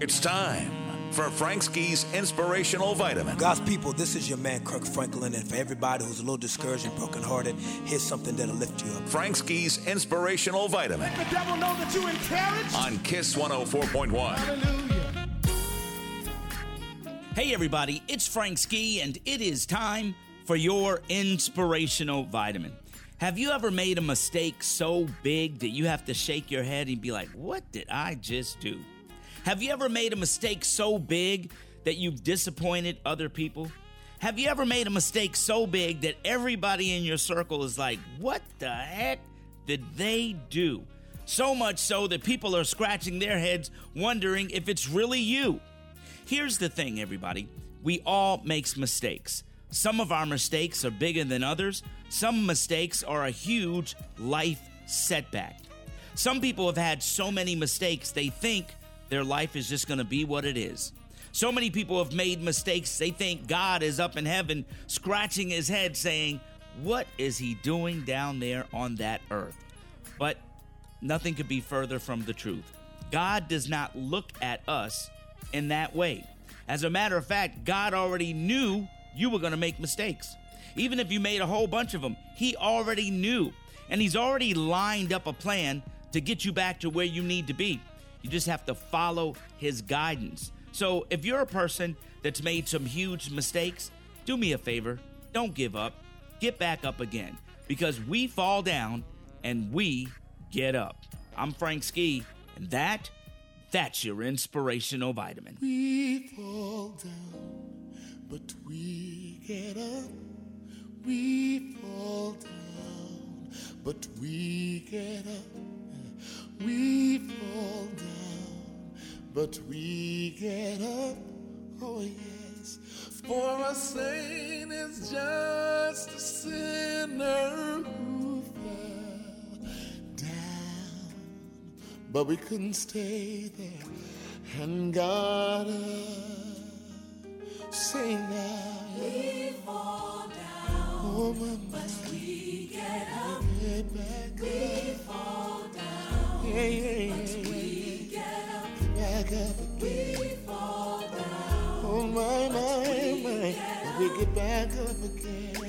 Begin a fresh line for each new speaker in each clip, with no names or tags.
It's time for Frankski's Inspirational Vitamin.
God's people, this is your man Kirk Franklin, and for everybody who's a little discouraged and brokenhearted, here's something that'll lift you up.
Frankski's Inspirational Vitamin
Let the devil know that you encourage.
on Kiss 104.1.
Hallelujah.
Hey, everybody, it's Frank Ski, and it is time for your inspirational vitamin. Have you ever made a mistake so big that you have to shake your head and be like, What did I just do? Have you ever made a mistake so big that you've disappointed other people? Have you ever made a mistake so big that everybody in your circle is like, What the heck did they do? So much so that people are scratching their heads wondering if it's really you. Here's the thing, everybody. We all makes mistakes. Some of our mistakes are bigger than others. Some mistakes are a huge life setback. Some people have had so many mistakes they think their life is just going to be what it is. So many people have made mistakes they think God is up in heaven scratching his head saying, "What is he doing down there on that earth?" But nothing could be further from the truth. God does not look at us in that way. As a matter of fact, God already knew you were going to make mistakes. Even if you made a whole bunch of them, He already knew. And He's already lined up a plan to get you back to where you need to be. You just have to follow His guidance. So if you're a person that's made some huge mistakes, do me a favor, don't give up, get back up again because we fall down and we get up. I'm Frank Ski, and that, that's your inspirational vitamin.
We fall down, but we get up. We fall down, but we get up. We fall down, but we get up. Oh, yes. For a saint is just a sinner who fell down but we couldn't stay there. And God, uh, sing now. We fall down, oh, mama, but we get up. Get back we up. fall down, yeah, yeah, but yeah, we yeah. get up. Back up again. We fall down, oh my, my, my, but we get back up again. Yeah.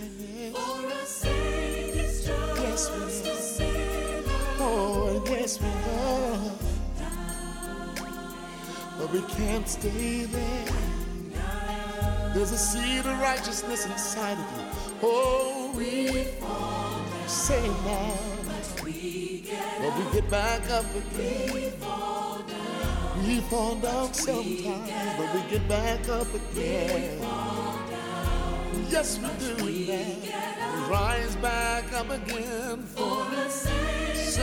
For a saint is just yes, a sinner. Oh, yes, we are. But we can't stay there. There's a seed of righteousness inside of you. Oh, we say now. But we get, but we get back up again. We fall down. We fall down sometimes, but we get back up again. Yes, we do now. We rise back up again. For the saints,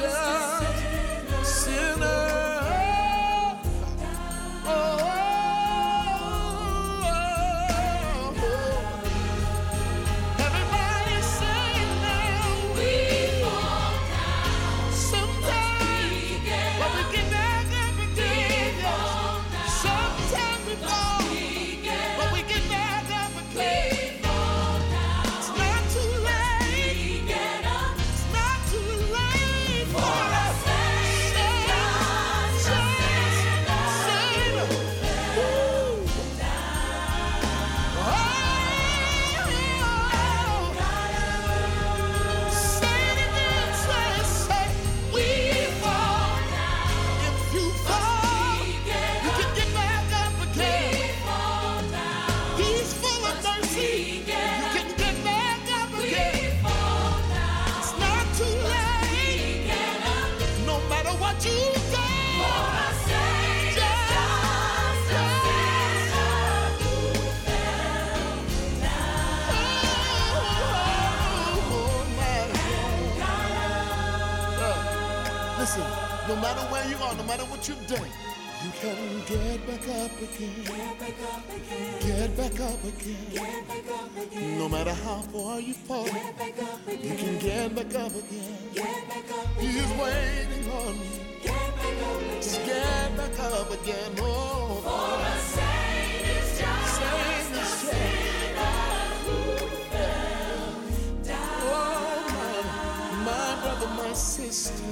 just sinner. Oh, oh, oh. Everybody say it now. We fall down sometimes, but we get back up again. Sometimes we fall, but we get back up again. It's not too late. It's not too late for us. Save, save, save. You go. Just, just, just, just. Listen, no matter where you are, no matter what you've done, you can get back up again. Get back up again. Get back up again. No matter how far you fall, you can get back up again. He's waiting on you. Just get back up again. Oh. Saint is just Oh, my, my brother, my sister,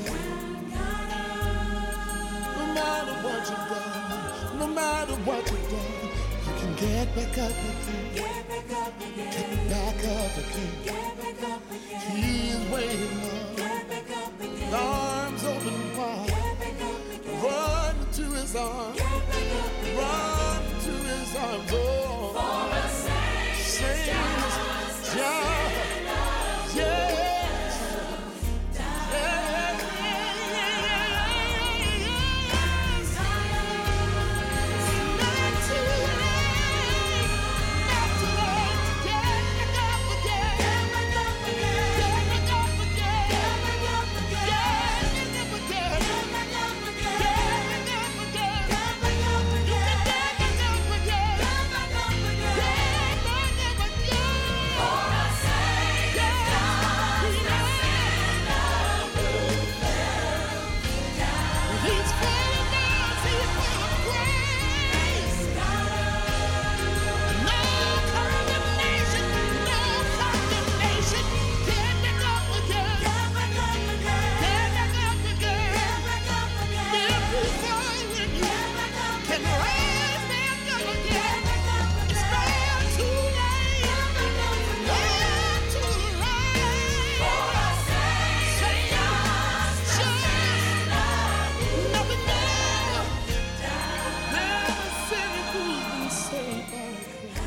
no matter what you've done,
matter what you've done, you can get back up again. Get back up again. Get back up again. He's waiting on. Get back up again. Arms open wide. Run to his arms. Run to his arms. Oh. Sing his job. Yes. Yes. He's full of mercy and full of grace. No condemnation, no condemnation. Get back up again. Get back up again. Get back up again. Get back up again. Every fire in you can rise back up again. It's not too late. Not too late. Say just never, never, never said it couldn't save us.